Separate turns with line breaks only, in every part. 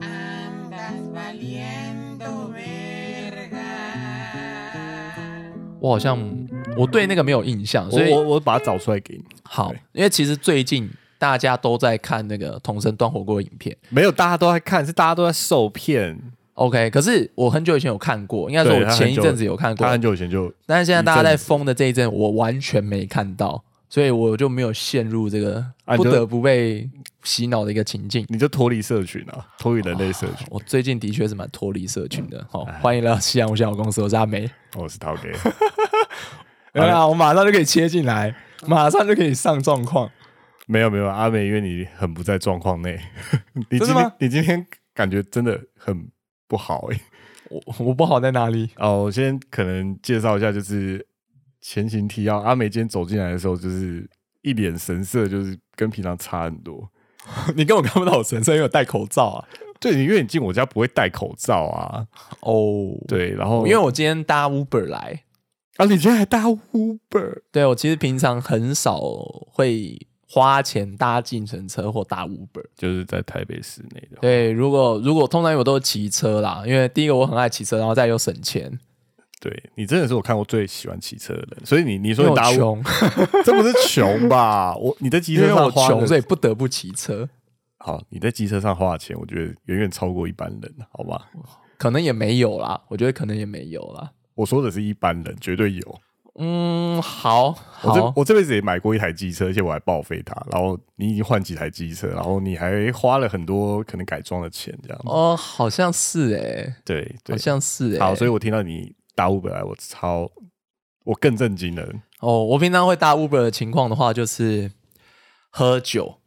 Andas valiendo verga.
我好像我对那个没有印象，所以
我我我把它找出来给你。
好
对，
因为其实最近大家都在看那个童神端火锅的影片
没有，大家都在看，是大家都在受骗。
，OK，可是我很久以前有看过，应该说
对
我
他很
前一
久
阵子有看过
他，很久以前就
但是现在大家
一
在
阵子
疯的这一阵，我完全没看到，所以我就没有陷入这个
啊你
不
就
得不被洗脑的一个情境。
你就脱离社群啊，脱离人类社群。
我最近的确是蛮脱离社群的，好，
哎
欢迎来到西洋无限好公司，我是阿梅。
我哦是陶给，
对啊，我马上就可以切进来，马上就可以上状况。
没有没有，阿美，因为你很不在状况内， 你
真的
今天
吗
你今天感觉真的很不好哎、
我我不好在哪里？
哦，我先可能介绍一下，就是前情提要，阿美今天走进来的时候，就是一脸神色，就是跟平常差很多。
你根本看不到我神色，因为我戴口罩啊。
对，你因为你进我家不会戴口罩啊，
哦，
对，然后
因为我今天搭 Uber 来，
啊，你今天还搭 Uber，
对我其实平常很少会花钱搭计程车或搭 Uber。
就是在台北市内的话，
对，如果如果通常我都是骑车啦，因为第一个我很爱骑车，然后再又省钱，
对你真的是我看过最喜欢骑车的人，所以你你
因
说
为我
你搭 Uber，
穷，
这不是穷吧？我你在机
因
车
为
上
我
花
穷，
的
所以不得不骑车。
好，你在机车上花的钱，我觉得远远超过一般人，好 吧？
可能也没有啦，我觉得可能也没有啦。
我说的是一般人，绝对有。
嗯，好，
我这
好，
我这辈子也买过一台机车，而且我还报废它。然后你已经换几台机车，然后你还花了很多可能改装的钱，这样。
哦，好像是哎、
对对
好，像是哎、
好，所以
以
我听到你搭 Uber 来，我超我更震惊了。
哦，我平常会搭 Uber 的情况的话，就是喝酒。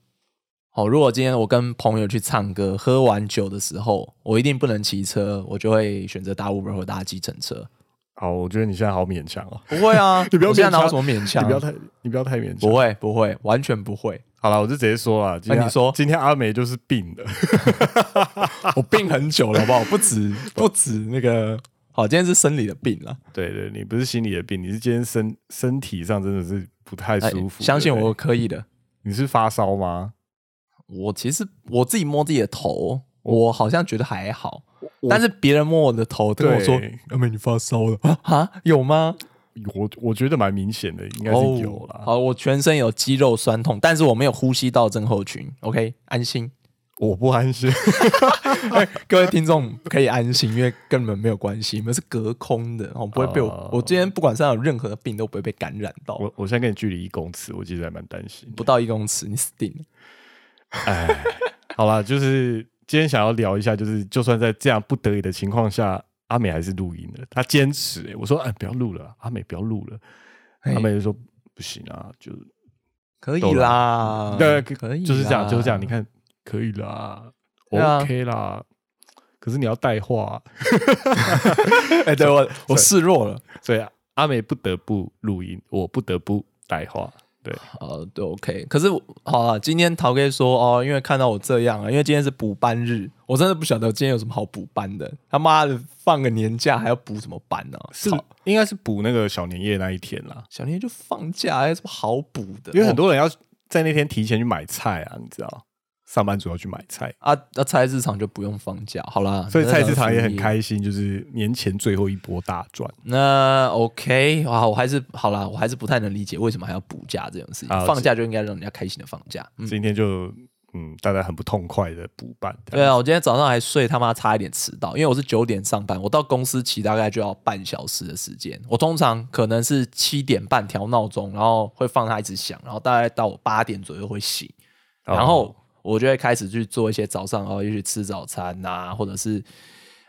哦，如果今天我跟朋友去唱歌，喝完酒的时候，我一定不能骑车，我就会选择搭 Uber 或搭计程车。
好，我觉得你现在好勉强哦，
不会啊，
你不要
我现在
勉强
哪有什么勉强？
你不要太你不要太勉强。
不会，不会，完全不会。
好了，我就直接说了。今天
你说
今天阿梅就是病了。
我病很久了，好不好？不 止，不止那个。好，今天是生理的病了，
对对，你不是心理的病，你是今天身身体上真的是不太
哎
舒服。
相信
对不
我
对，
可以的。
你是发烧吗？
我其实我自己摸自己的头，我好像觉得还好，
我
但是别人摸我的头，跟我说
对：“
阿妹，你发烧了啊？啊有吗
我我觉得蛮明显的，应？”该
哦
是有啦。
好，我全身有肌肉酸痛，但是我没有呼吸道症候群。OK，安 心。
我不安心，
各位听众可以安心，因为跟你们没有关系，你们是隔空的，哦，不会被我。
哦
我今天不管身上有任何的病，都不会被感染到。
我我现在跟你距离一公尺，我其实还蛮担心的。
不到一公尺，你死定了。
哎，好啦，就是今天想要聊一下，就是就算在这样不得已的情况下，阿美还是录音的，她坚持、欸。我说，哎，不要录了，阿美不要录了。
嘿
阿美就说不行啊，就
哎可以
都
啦，
对，
嗯可以，
就是这样，就是这样。你，看，可以啦、
对啊
o k 啦。可是你要带话、
哎，对我我示弱了。
所以阿美不得不录音，我不得不带话。对，
好，哦对，OK。可是我好了，今天陶哥说哦，因为看到我这样啊，因为今天是补班日，我真的不晓得今天有什么好补班的。他妈的，放个年假还要补什么班呢、啊
是
操
应该是补那个小年夜那一天啦，
小年就放假，还有什么好补的？
因为很
哦
多人要在那天提前去买菜啊，你知道，上班族要去买菜，
啊，那菜市场就不用放假，好啦。
所以菜市场也
那
很。开心，就是年前最后一波大赚。
那 OK，哇，我还是好啦，我还是不太能理解为什么还要补假这种事情
好。
放假就应该让人家开心的放假。嗯，
今天就嗯，大家很不痛快的补办，
对啊，我今天早上还睡他妈差一点迟到，因为我是九点上班，我到公司骑大概就要半小时的时间。我通常可能是七点半调闹钟，然后会放它一直响，然后大概到我八点左右会醒，
哦
然后我就会开始去做一些早上哦，也去吃早餐呐、或者是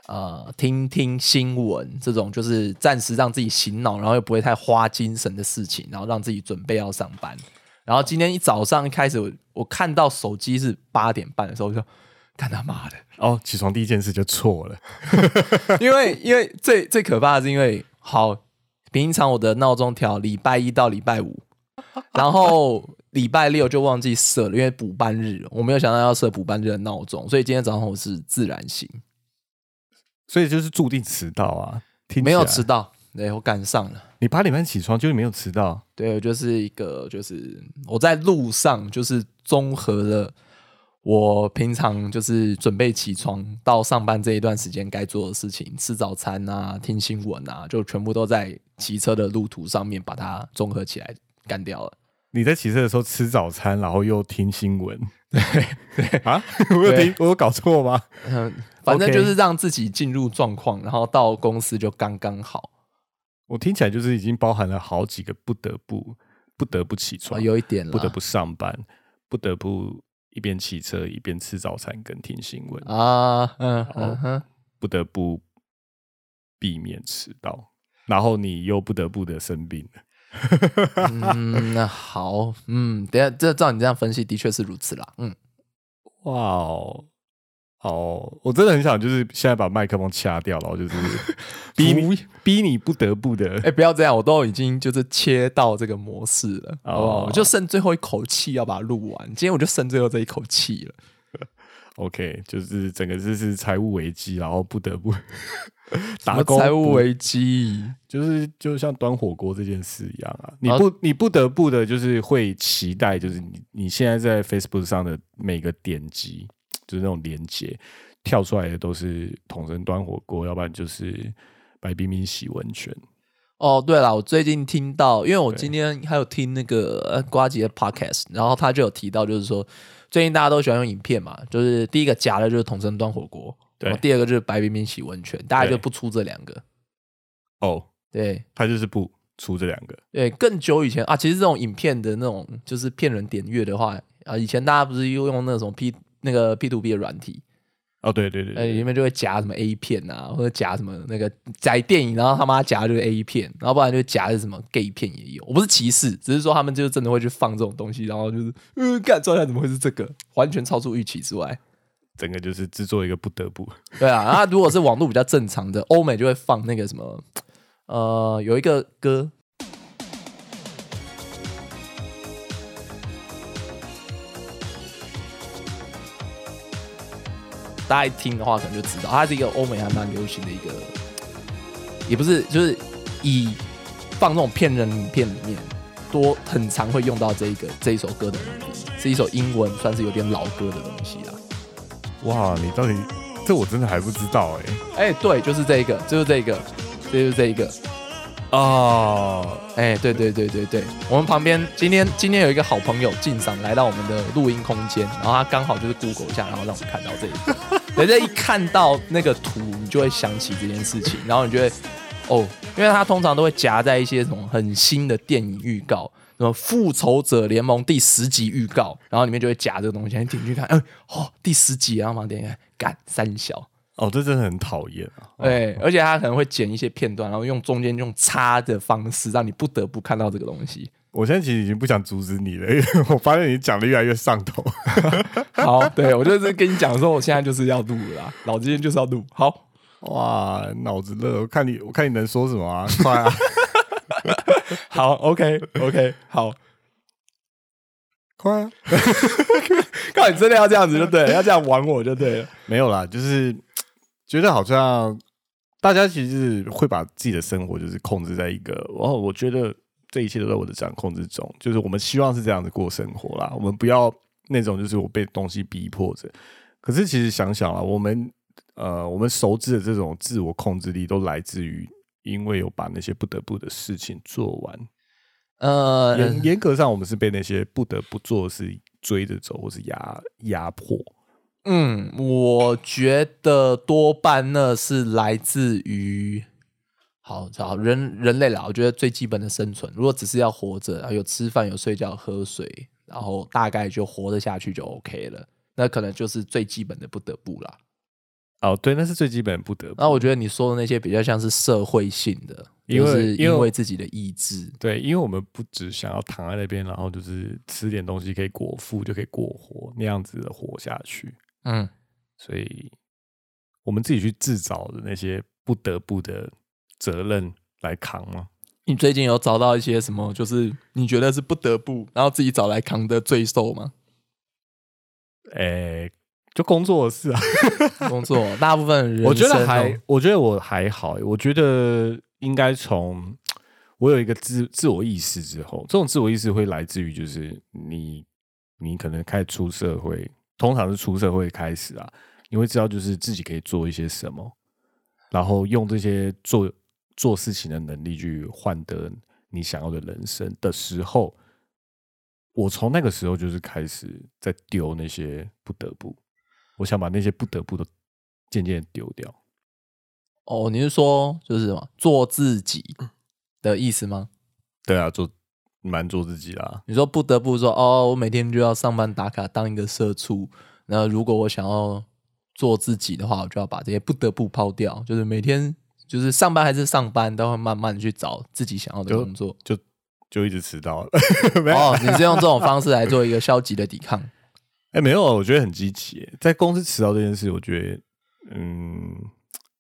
呃听听新闻这种，就是暂时让自己醒脑，然后又不会太花精神的事情，然后让自己准备要上班。然后今天一早上一开始，我我看到手机是八点半的时候，我就说干他妈的！
哦，起床第一件事就错了，
因为因为最最可怕的是，因为好平常我的闹钟调礼拜一到礼拜五，然后礼拜六就忘记设了，因为补班日，我没有想到要设补班日的闹钟，所以今天早上我是自然醒，
所以就是注定迟到啊。听起
没
来
有迟，到，对我赶上了。
你八点半起床就是没有迟到，
对，我就是一个，就是我在路上，就是综合了我平常就是准备起床到上班这一段时间该做的事情，吃早餐啊、听新闻啊，就全部都在骑车的路途上面把它综合起来干掉了。
你在骑车的时候吃早餐，然后又听新闻，对啊， 我有听，我有搞错吗？
嗯，反正
OK
就是让自己进入状况，然后到公司就刚刚好。
我听起来就是已经包含了好几个不得不不得不起
啊
床，
有一点啦
不得不上班，不得不一边骑车一边吃早餐跟听新闻，
啊，嗯
好
嗯哼，
不得不避免迟到，然后你又不得不的生病了。
嗯，那好，嗯，等一下，这照你这样分析，的确是如此啦。嗯，
哇哦！哦，我真的很想就是现在把麦克风掐掉，然后就是 逼你逼你不得不的
哎、不要这样，我都已经就是切到这个模式了，
哦
好不好？我就剩最后一口气要把它录完，今天我就剩最后这一口气了。
OK，就是整个就是财务危机，然后不 得不打
什
工
么
不，
财务危机，
就是就像端火锅这件事一样啊，你
啊
不你不得不的就是会期待，就是你你现在在 Facebook 上的每个点击，就是那种连接跳出来的都是统神端火锅，要不然就是白冰冰洗温泉。
哦，对了，我最近听到，因为我
对
今天还有听那个呃瓜吉的 podcast，然后他就有提到，就是说最近大家都喜欢用影片嘛，就是第一个夹的就是同声端火锅，
对
然后第二个就是白冰冰洗温泉，大家
对
就不出这两个。
哦，
对
他就是不出这两个，
对，更久以前啊，其实这种影片的那种就是骗人点阅的话啊，以前大家不是又用那种 P 那个 P to P 的软体，
哦，对对对
呃，
对
里面就会夹什么 A 片啊，或者夹什么那个夹电影，然后他妈夹的就是 A 片，然后不然就夹的是什么 gay 片也有。我不是歧视，只是说他们就真的会去放这种东西，然后就是，嗯、呃，干，状态怎么会是这个？完全超出预期之外。
整个就是制作一个不得不。
对啊，那如果是网络比较正常的，欧美就会放那个什么，呃，有一个歌，大家一听的话可能就知道，它是一个欧美还蛮流行的一个，也不是就是以放这种骗人影片里面多很常会用到这一个这一首歌的东西，是一首英文算是有点老歌的东西啦。
哇，你到底这我真的还不知道哎、
哎、对，就是这一个，就是这一个，这就是这一个。
哦，
哎、对对对对对，我们旁边今天今天有一个好朋友进赏来到我们的录音空间，然后他刚好就是 Google 一下，然后让我们看到这一个。人家一看到那个图，你就会想起这件事情，然后你就会哦，因为他通常都会夹在一些什么很新的电影预告。什么《复仇者联盟》第十集预告，然后里面就会夹这个东西，你点进去看，哎、哦，第十集，然后马上点进去看，干三小，
哦，这真的很讨厌啊！
对，而且他可能会剪一些片段，然后用中间用插的方式，让你不得不看到这个东西。
我现在其实已经不想阻止你了，因为 我发现你讲的越来越上头。
好，对我就是跟你讲说，我现在就是要录了啦，老子今天就是要录。好，
哇，脑子热，我看你，我看你能说什么啊？快啊！
好，OK，OK，、好。
快啊！
靠，你真的要这样子就对了，要这样玩我就对了。
没有啦，就是觉得好像大家其实是会把自己的生活就是控制在一个哦，我觉得这一切都在我的掌控之中，就是我们希望是这样子过生活啦，我们不要那种就是我被东西逼迫着。可是其实想想啦，啊我们呃，我们熟知的这种自我控制力，都来自于因为有把那些不得不的事情做完，
呃，
严严格上，我们是被那些不得不做的事追着走，或是压压迫。
嗯，我觉得多半那是来自于。好好人人类啦，我觉得最基本的生存，如果只是要活着，然后有吃饭、有睡觉、喝水，然后大概就活得下去就 OK 了。那可能就是最基本的不得不啦。
哦，对，那是最基本不得不。
那我觉得你说的那些比较像是社会性的，
因为
就是
因为
因为自己的意志。
对，因为我们不只想要躺在那边，然后就是吃点东西可以果腹，就可以过活那样子的活下去。
嗯，
所以，我们自己去自找的那些不得不的责任来扛吗？
你最近有找到一些什么，就是你觉得是不得不，然后自己找来扛的罪受 吗？
诶、就工作的事啊。
工作，大部分人
我觉得
生
还
哦，
我觉得我还好欸、我觉得应该从我有一个自自我意识之后，这种自我意识会来自于就是你你可能开始出社会，通常是出社会开始啊，你会知道就是自己可以做一些什么，然后用这些做做事情的能力去换得你想要的人生的时候，我从那个时候就是开始在丢那些不得不，我想把那些不得不都渐渐地丢掉。
哦，你是说就是什么做自己的意思吗？
对啊，做蛮做自己啦。
你说不得不说哦，我每天就要上班打卡当一个社畜。那如果我想要做自己的话，我就要把这些不得不抛掉，就是每天就是上班还是上班，都会慢慢地去找自己想要的
就
工作。
就就一直迟到了。 没有，哎、
哦，你是用这种方式来做一个消极的抵抗。
哎没有，啊我觉得很积极耶。在公司迟到这件事，我觉得，嗯，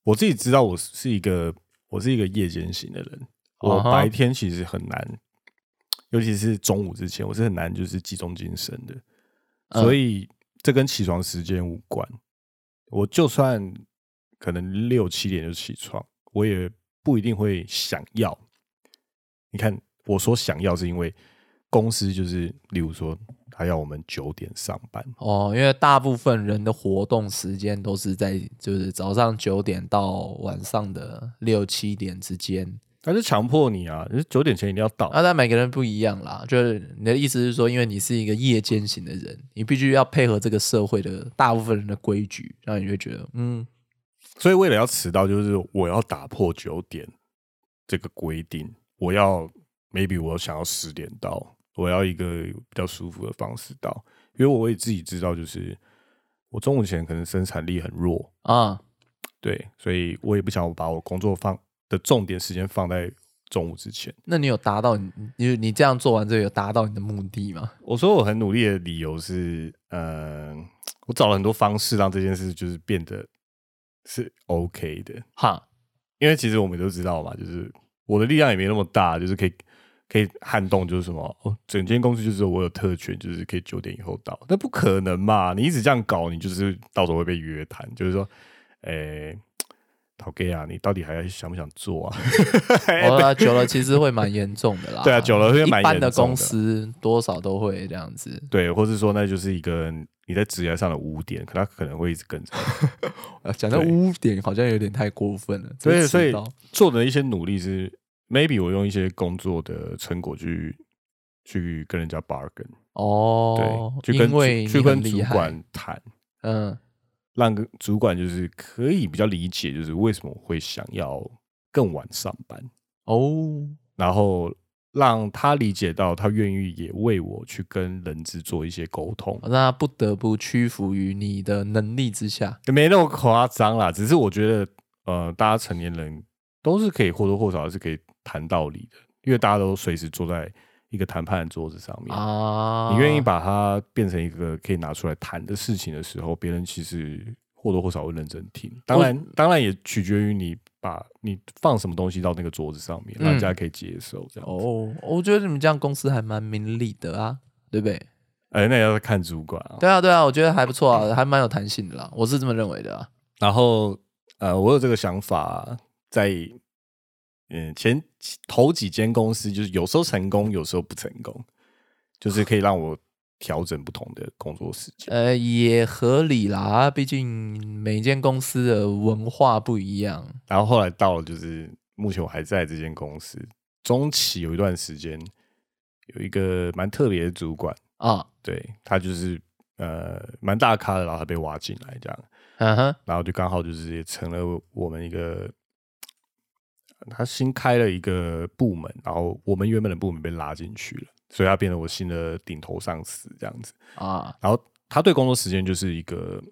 我自己知道我是一个我是一个夜间型的人，我
啊哈
白天其实很难，尤其是中午之前，我是很难就是集中精神的。
嗯
所以这跟起床时间无关。我就算可能六七点就起床，我也不一定会想要。你看，我说想要是因为公司就是，例如说他要我们九点上班，
哦，因为大部分人的活动时间都是在就是早上九点到晚上的六七点之间。
他就强迫你啊，就是九点前一定要到。
啊，但每个人不一样啦。就是你的意思是说，因为你是一个夜间型的人，你必须要配合这个社会的大部分人的规矩，然后你就会觉得，嗯，
所以为了要迟到，就是我要打破九点这个规定，我要 maybe 我想要十点到，我要一个比较舒服的方式到，因为我也自己知道，就是我中午前可能生产力很弱，
啊，
对，所以我也不想把我工作放的重点时间放在中午之前。
那你有达到你你你这样做完之后有达到你的目的吗？
我说我很努力的理由是，嗯、我找了很多方式让这件事就是变得是 OK 的，
哈，
因为其实我们都知道嘛，就是我的力量也没那么大，就是可以可以撼动，就是什么哦，整间公司就是我有特权，就是可以九点以后到，那不可能嘛！你一直这样搞，你就是到时候会被约谈，就是说，诶、陶 gay 啊，你到底还想不想做啊？
我、哦、久了其实会蛮严重的啦。
对啊久了会蛮
一般
严重
的
的
公司多少都会这样子。
对，或是说那就是一个你在职业上的污点，可他可能会一直跟着你。
呃，讲到
对
污点好像有点太过分了。这
对，
个
所
迟
以
到
做的一些努力是，maybe 我用一些工作的成果去去跟人家 bargain。
哦
对，，去跟
因为
主
你
去跟
很
主
厉害，
管谈，
嗯，
让个主管就是可以比较理解，就是为什么我会想要更晚上班，
哦，
然后让他理解到，他愿意也为我去跟人资做一些沟通，
那他不得不屈服于你的能力之下。
没那么夸张啦，只是我觉得，呃，大家成年人都是可以或多或少是可以谈道理的，因为大家都随时坐在一个谈判的桌子上面
啊，
你愿意把它变成一个可以拿出来谈的事情的时候，别人其实或多或少会认真听。当然，当然也取决于你把你放什么东西到那个桌子上面，
嗯
让人家可以接受这样子。
哦，我觉得你们这样公司还蛮明理的啊，对不对？
哎、那也要看主管啊。
对啊，对啊，我觉得还不错啊，还蛮有弹性的啦，我是这么认为的啊。
然后，呃，我有这个想法，在嗯前头几间公司，就是有时候成功，有时候不成功，就是可以让我调整不同的工作时间。
呃，也合理啦，毕竟每间公司的文化不一样。
然后后来到了就是目前我还在这间公司，中期有一段时间有一个蛮特别的主管，
啊，
对他就是呃蛮大咖的，然后他被挖进来这样，
嗯哼，
然后就刚好就是也成了我们一个。他新开了一个部门，然后我们原本的部门被拉进去了，所以他变成我新的顶头上司这样子。
啊，
然后他对工作时间就是一个，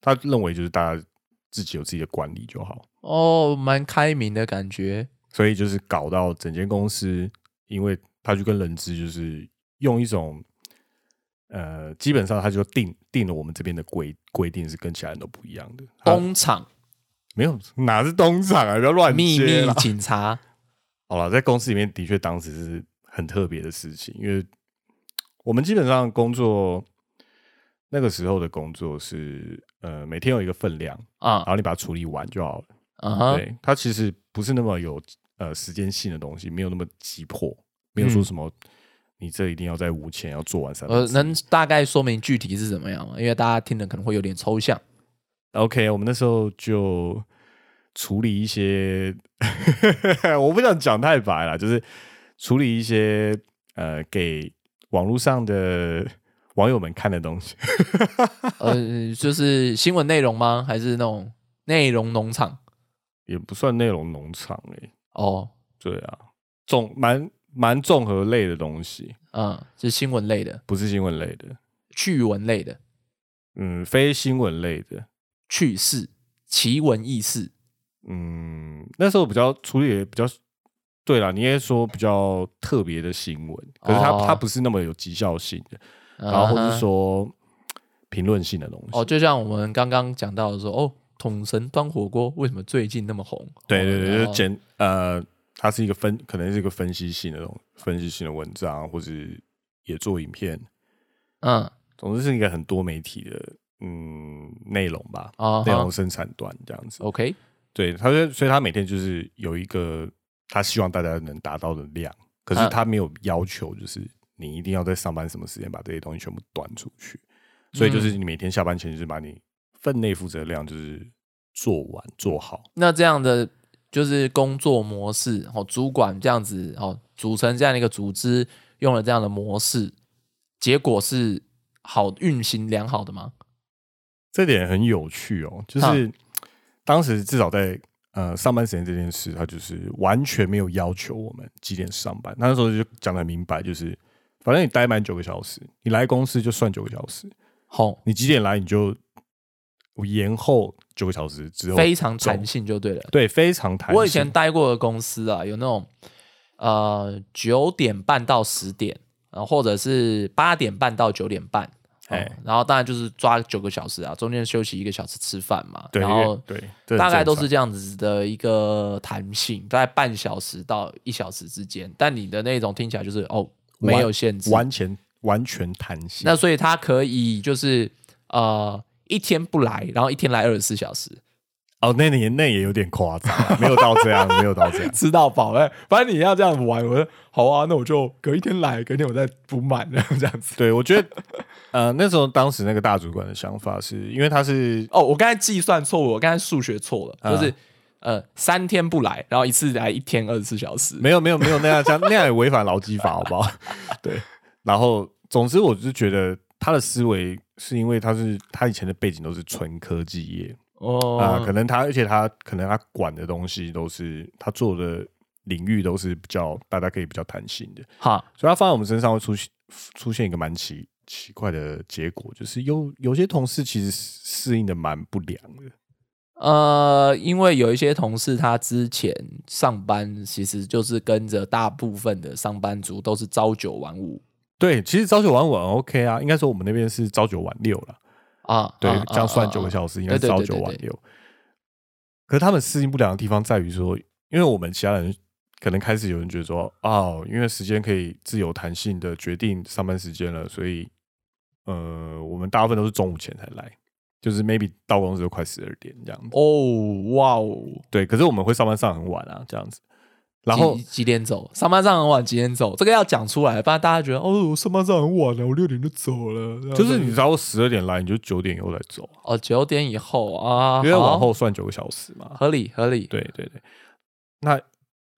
他认为就是大家自己有自己的管理就好，
哦，蛮开明的感觉。
所以就是搞到整间公司，因为他去跟人资就是用一种，呃，基本上他就定定了我们这边的规规定是跟其他人都不一样的。他
工厂
没有哪是东厂啊，不要乱
秘
接
密
啦
警 察，
好了，在公司里面的确当时是很特别的事情，因为我们基本上工作那个时候的工作是呃每天有一个分量，然
啊，
后你把它处理完就好了。
嗯哼，
对，它其实不是那么有呃时间性的东西，没有那么急迫，没有说
嗯
什么你这一定要在五前要做完三
呃
本，字。
能大概说明具体是怎么样吗？因为大家听的可能会有点抽象。
OK，我们那时候就处理一些， 我不想讲太白了，就是处理一些呃给网络上的网友们看的东西。
呃，就是新闻内容吗？还是那种内容农场？
也不算内容农场哎、
哦，
对啊，综蛮蛮综合类的东西，
嗯，是新闻类的、
不是新闻类的，
趣闻类的、
嗯，非新闻类的，
趣事、奇闻异事。
嗯，那时候比较处理得比较，对啦，你也说比较特别的新闻，可是它、
哦
它不是那么有绩效性的，然
然
后或是说评论性的东西，
嗯啊哦，就像我们刚刚讲到的说，哦，桶神端火锅为什么最近那么红？
对对
哦
对，
然
就
后
简呃，它是一个分，可能是一个分析性的东，分析性的文章，或是也做影片，
嗯，
总之是一个很多媒体的嗯内容吧，
啊
内
哈
容生产端这样子。
，OK，
对，他就所以他每天就是有一个他希望大家能达到的量，可是
嗯
他没有要求，就是你一定要在上班什么时间把这些东西全部端出去。所以就是你每天下班前就是把你分内负责的量就是做完做好。
那这样的就是工作模式，哦，主管这样子，哦，组成这样的一个组织，用了这样的模式，结果是好运行良好的吗？
这点很有趣哦，就
啊
是当时至少在呃上班时间这件事，他就是完全没有要求我们几点上班。那时候就讲的很明白，就是反正你待满九个小时，你来公司就算九个小时，
好、
你几点来你就我延后九个小时之后，
非常弹
走
性就对了。
对非常弹性。
我以前待过的公司啊，有那种呃九点半到十点，然后或者是八点半到九点半，哦
哎
然后当然就是抓九个小时啊，中间休息一个小时吃饭嘛，
对
然后
对这很
大概
正
都是这样子的一个弹性，大概半小时到一小时之间。但你的那种听起来就是哦，没有限制，
完全完全弹性。
那所以他可以就是呃一天不来，然后一天来二十四小时，
哦，那也那也有点夸张啊，没有到这样，没有到 这样。
吃到饱哎、反正你要这样玩，我说好啊，那我就隔一天来，隔一天我再补满，然后这样子。
对，我觉得，呃，那时候当时那个大主管的想法是，因为他是
哦，我刚才计算错误，我刚才数学错了，就是、呃三天不来，然后一次来一天二十四小时。
没有没有没有那样像那样也违反劳基法，好不好？ 对，然后总之我就觉得他的思维是因为他是他以前的背景都是纯科技业
哦
啊、可能他而且他可能他管的东西都是他做的领域都是比较大家可以比较弹性的，
哈，
所以他放在我们身上会出现出现一个蛮奇奇怪的结果，就是有有些同事其实适应的蛮不良的。
呃，因为有一些同事他之前上班其实就是跟着大部分的上班族都是朝九晚五
对，其实朝九晚五很 OK 啊，应该说我们那边是朝九晚六啦。
啊，
对
啊，
这样算
啊
九个小时，
啊
应该是
对对
朝
对
九
对
晚
对
六。可是他们适应不良的地方在于说，因为我们其他人可能开始有人觉得说，哦，因为时间可以自由弹性的决定上班时间了，所以呃，我们大部分都是中午前才来，就是 maybe 到公司就快十二点这样子。
哦，哇哦，
对，可是我们会上班上很晚啊，这样子。然后
几几点走？上班上很晚，几点走？这个要讲出来，不然大家觉得哦，我上班上很晚了，我六点就走了。这样
就是你超过十二点来，你就九点以后再走，啊
哦，九点以后啊，
因为
好
往后算九个小时嘛。
合理合理。
对对对，那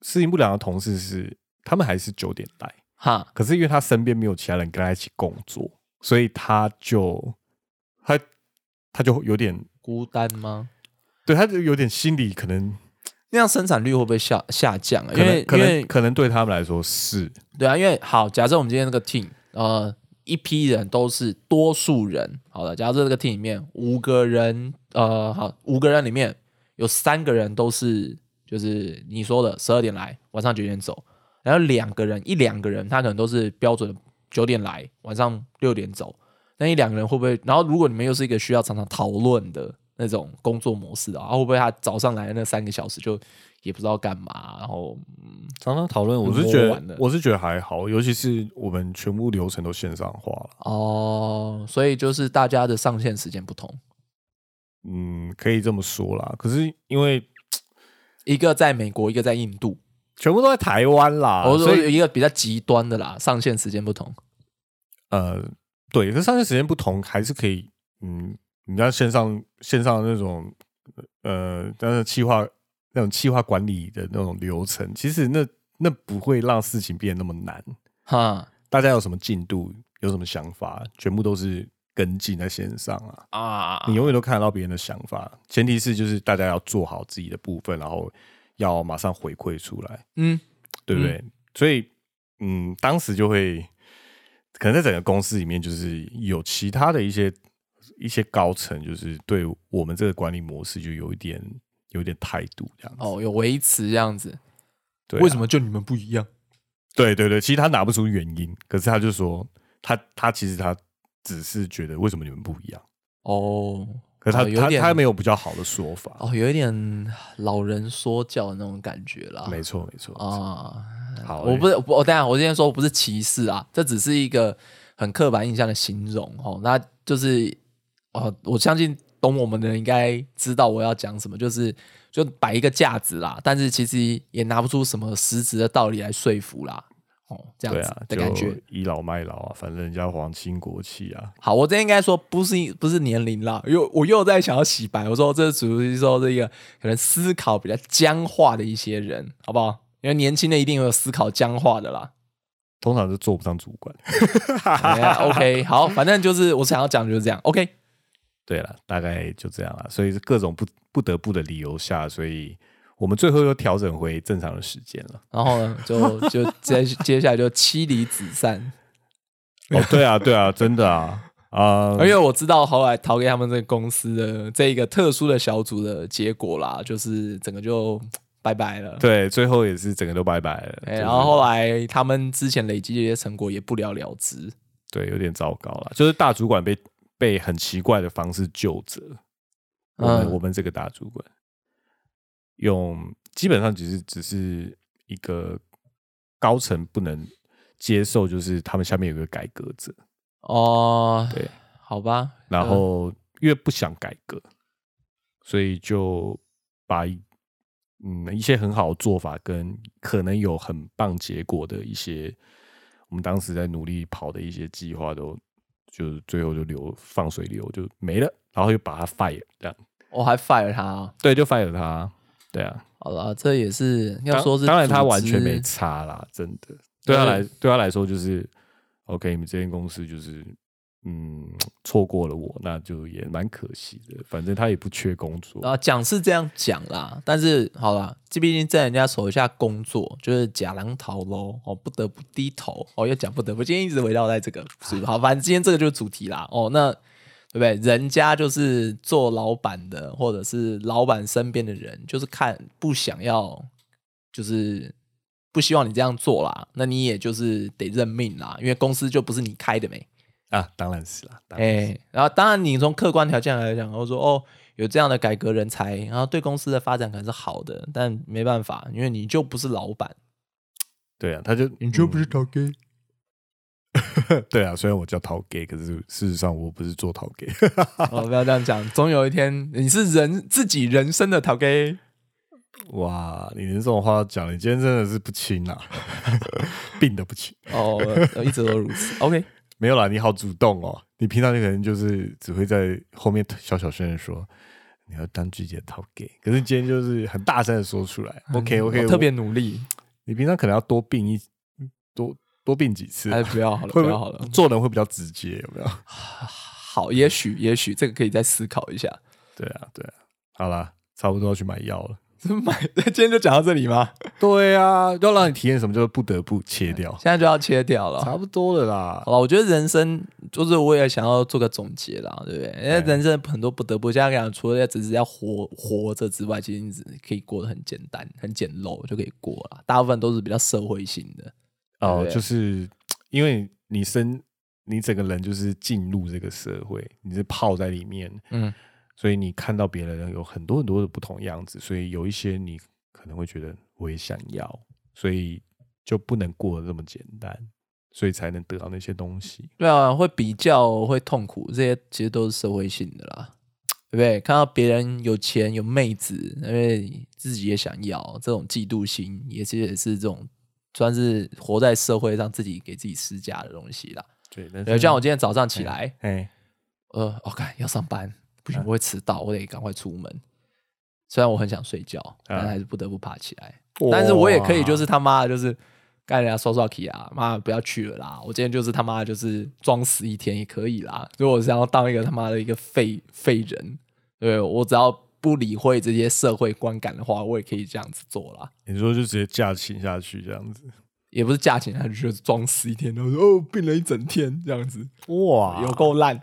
适应不良的同事是他们还是九点来，
哈，
可是因为他身边没有其他人跟他一起工作，所以他就他他就有点
孤单吗？
对他就有点心理可能
那样生产率会不会下下降啊？
可
因为
能可
因
能
为
可能对他们来说是
对啊，因为好，假设我们今天这个 team，呃，一批人都是多数人，好了，假设这个 team 里面五个人，呃，好，五个人里面有三个人都是就是你说的十二点来，晚上九点走，然后两个人一两个人他可能都是标准的九点来，晚上六点走，那一两个人会不会？然后如果你们又是一个需要常常讨论的那种工作模式的话，啊会不会他早上来的那三个小时就也不知道干嘛，然后嗯
常常讨论，我是
摸
觉
完了
得我是觉得还好，尤其是我们全部流程都线上化了，
哦，所以就是大家的上线时间不同，
嗯，可以这么说啦。可是因为
一个在美国，一个在印度。
全部都在台湾啦，
我
啊所
说
以
一个比较极端的啦，上线时间不同。
呃，对，可是上线时间不同，还是可以，嗯，你在线上线上的那种呃，但是企划那种企划管理的那种流程，其实那那不会让事情变得那么难。
哈
大家有什么进度，有什么想法，全部都是跟进在线上啊。
啊，
你永远都看得到别人的想法，前提是就是大家要做好自己的部分，然后要马上回馈出来。
嗯
对不对？所以，嗯，当时就会可能在整个公司里面，就是有其他的一些一些高层，就是对我们这个管理模式就有一点有一点态度这样子。
哦，有维持这样子，
对、啊
为什？么就你们不一样？
对对对，其实他拿不出原因，可是他就说他他其实他只是觉得为什么你们不一样，
哦，
可是他、
哦有
他
点
他没有比较好的说法。
哦，有一点老人说教的那种感觉啦。
没错没错，
啊，
好
我不是我，等一下我今天说不是歧视啊，这只是一个很刻板印象的形容哦。那就是呃，我相信懂我们的人应该知道我要讲什么，就是就摆一个架子啦，但是其实也拿不出什么实质的道理来说服啦。哦，这样
对
子
啊，
的感觉。
就倚老卖老啊，反正人家皇亲国戚啊，
好，我这应该说不是不是年龄啦，又我又在想要洗白，我说这属于说这个可能思考比较僵化的一些人，好不好？因为年轻的一定有思考僵化的啦。
通常就做不上主管。
哎呀 OK，好，反正就是我想要讲的就是这样。OK，
对了，大概就这样了。所以是各种不不得不的理由下，所以我们最后又调整回正常的时间了。
然后呢，就就接接下来就妻离子散，
哦，对啊，对啊，真的啊，啊、
因为我知道后来逃给他们这个公司的这一个特殊的小组的结果啦，就是整个就拜拜了。
对，最后也是整个都拜拜了。
哎
就是
然后后来他们之前累积的一些成果也不了了之。
对，有点糟糕了，就是大主管被被很奇怪的方式就责。我们、
嗯
我们这个大主管用基本上只是只是一个高层不能接受，就是他们下面有个改革者，
哦，
对，
好吧，
然
嗯
后越不想改革，所以就把一嗯一些很好的做法跟可能有很棒结果的一些我们当时在努力跑的一些计划都就是最后就流放水流就没了，然后又把他 fire 这样，
我还 fire 他啊。
对，就 fire 他，对啊，
好了，这也是要
当
说是
当然他
组
完全
织
没差啦，真的对他来对他来说就是 OK，你们这间公司就是。嗯，错过了我，那就也蛮可惜的。反正他也不缺工作，
啊，讲是这样讲啦，但是好啦，这毕竟在人家手下工作，就是假狼逃喽，哦，不得不低头，哦，又讲不得不，今天一直围绕在这个，是好，反正今天这个就是主题啦，哦，那对不对？人家就是做老板的，或者是老板身边的人，就是看不想要，就是不希望你这样做啦，那你也就是得认命啦，因为公司就不是你开的没，
啊，当然是啦，当
哎、
然是
然后当然你从客观条件来讲，我说哦，有这样的改革人才，然后对公司的发展可能是好的，但没办法，因为你就不是老 板，
对啊，他就你
就不是陶 gay，
对啊，虽然我叫陶 gay，可是事实上我不是做陶 gay，
哦，不要这样讲，总有一天你是人自己人生的陶 gay。
哇，你连这种话讲，你今天真的是不轻啊， 病的不轻。
哦，一直都如此。OK，
没有啦，你好主动哦，你平常就可能就是只会在后面小小声的说你要当自己的陶 gay，可是今天就是很大声的说出来。OK
我
OK，
嗯哦特别努力，
你平常可能要多病一多多病 几次，
还哎是不要好了，
会
不
不
要好了
会。做人会比较直接，有没 有？
好，也许也许这个可以再思考一下。
对啊对啊，好啦，差不多要去买药了。
买， 今天就讲到这里吗？
对啊，要让你体验什么就是不得不切掉，
现在就要切掉了。
差不多了啦
好。了，我觉得人生就是我也想要做个总结啦，对不对？因为人生很多不得不，现在讲除了只是要活活着之外，其实你只可以过得很简单、很简陋就可以过了。大部分都是比较社会性的，
哦，
对
就是因为你身，你整个人就是进入这个社会，你是泡在里面，
嗯，
所以你看到别人有很多很多的不同样子，所以有一些你可能会觉得我也想要，所以就不能过得这么简单，所以才能得到那些东西。
对啊，会比较会痛苦，这些其实都是社会性的啦，对不对？看到别人有钱有妹子，因为自己也想要，这种嫉妒心也其实也是这种算是活在社会上自己给自己施加的东西啦。
对，那
对，像我今天早上起来，
哎，
呃，我、哦、看要上班，不行，我会迟到，我得赶快出门。虽然我很想睡觉，但还是不得不爬起来。但是我也可以就是他妈的，就是干人家刷刷题啊，妈的不要去了啦！我今天就是他妈的就是装死一天也可以啦。如果我是要当一个他妈的一个废废人，对我只要不理会这些社会观感的话，我也可以这样子做啦。
你说就直接架请下去这样子，
也不是价钱，他就是装死一天，然后说哦病了一整天这样子，
哇
有够烂，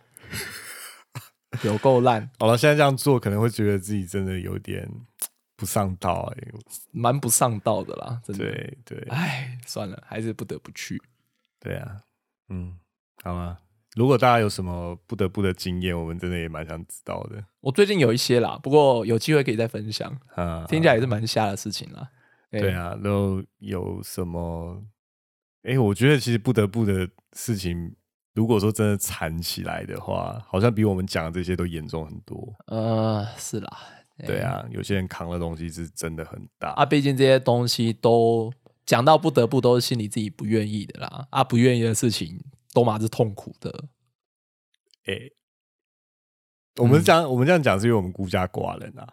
有够烂，
好了，现在这样做可能会觉得自己真的有点不上道哎、
蛮不上道的啦，真的。
对对
哎，算了，还是不得不去。
对啊，嗯，好啊。如果大家有什么不得不的经验，我们真的也蛮想知道的
我最近有一些啦，不过有机会可以再分享。
啊。
听起来也是蛮瞎的事情啦。
对啊，然后有什么？哎、我觉得其实不得不的事情，如果说真的缠起来的话，好像比我们讲的这些都严重很多。
呃，是啦，哎
对啊，有些人扛的东西是真的很大。
啊，毕竟这些东西都讲到不得不都是心里自己不愿意的啦。啊，不愿意的事情都嘛是痛苦的。
哎、我们这样、我们这样讲是因为我们孤家寡人啊。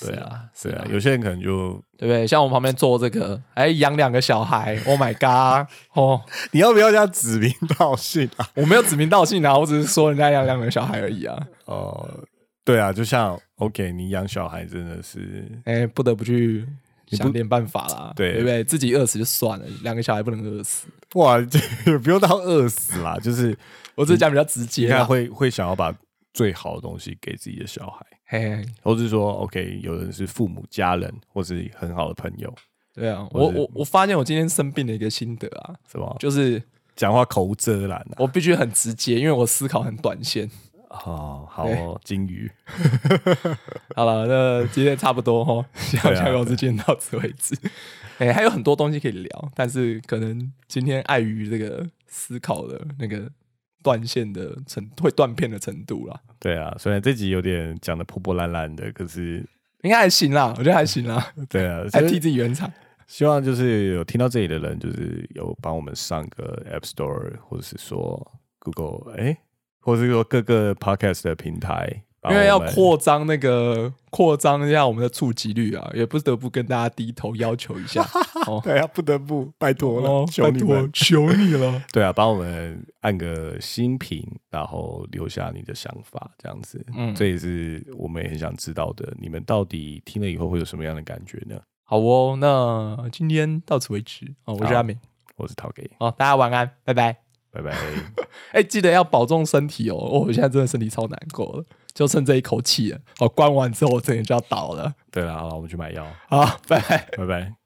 对
是
啊
啦，，
对
是
啊
啦，
有些人可能就
对不对？像我旁边坐这个，哎，养两个小孩，Oh my god！哦，
你要不要这样指名道姓啊？
我没有指名道姓啊，我只是说人家养两个小孩而已啊。
哦，对啊，就像 OK，你养小孩真的是
哎，不得不去
你不
想点办法啦，
对
对不对？自己饿死就算了，两个小孩不能饿死。
哇，这个不用到饿死啦， 就是
我只是讲比较直
你
接
看
啊，
会会想要把最好的东西给自己的小孩，
嘿，
或是说 OK，有人是父母、家人，或是很好的朋友，
对啊，
我
我
是
我我发现我今天生病的一个心得啊，
是吧？
就
就
是
讲话口无遮拦啊。
我必须很直接，因为我思考很短线。
哦，好哦，金鱼，
好了，那今天差不多哈，下
对啊
下稿子今天到此为 止。哎、还有很多东西可以聊，但是可能今天碍于这个思考的那个断线的程会断片的程度啦，
对啊，虽然这集有点讲的破破烂烂的，可 是
应该还行啦，我觉得还行啦，
对啊，
还
所以
替自己圆场。
希望就是有听到这里的人，就是有帮我们上个 App Store，或者是说 Google，哎、或者是说各个 Podcast 的平台，
因为要
帮我们
扩张那个扩张一下我们的触及率啊，也不得不跟大家低头要求一 下哦。
对啊，不得不拜托了，
哦，
求
拜
你
托
们，，
求你了。
对啊，帮我们按个新评，然后留下你的想法，这样子，
嗯
这也是我们也很想知道的，你们到底听了以后会有什么样的感觉呢？
好哦，那今天到此为止哦。我是
好
阿明
我是陶给，
哦，大家晚安，拜拜。
拜拜。
哎，记得要保重身体哦。哦我现在真的身体超难过了，就剩这一哦口气了。我、关完之后，我整个就要倒了。
对了，好了，我们去买药，
好，拜拜。
拜拜。